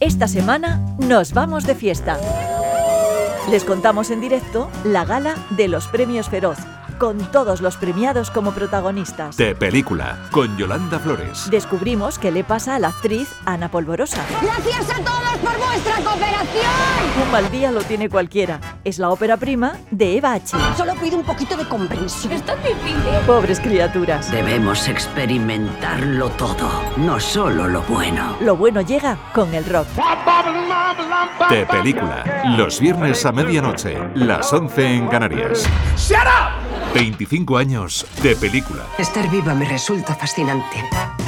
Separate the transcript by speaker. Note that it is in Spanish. Speaker 1: Esta semana nos vamos de fiesta. Les contamos en directo la gala de los Premios Feroz, con todos los premiados como protagonistas.
Speaker 2: De película, con Yolanda Flores.
Speaker 1: Descubrimos qué le pasa a la actriz Ana Polvorosa.
Speaker 3: Gracias a todos por vuestra cooperación.
Speaker 1: Un mal día lo tiene cualquiera. Es la ópera prima de Eva H.
Speaker 3: Solo pido un poquito de comprensión.
Speaker 4: Es tan difícil.
Speaker 1: Pobres criaturas.
Speaker 5: Debemos experimentarlo todo, no solo lo bueno.
Speaker 1: Lo bueno llega con el rock.
Speaker 2: De película, los viernes a medianoche, las 11 en Canarias. 25 años de película.
Speaker 6: Estar viva me resulta fascinante.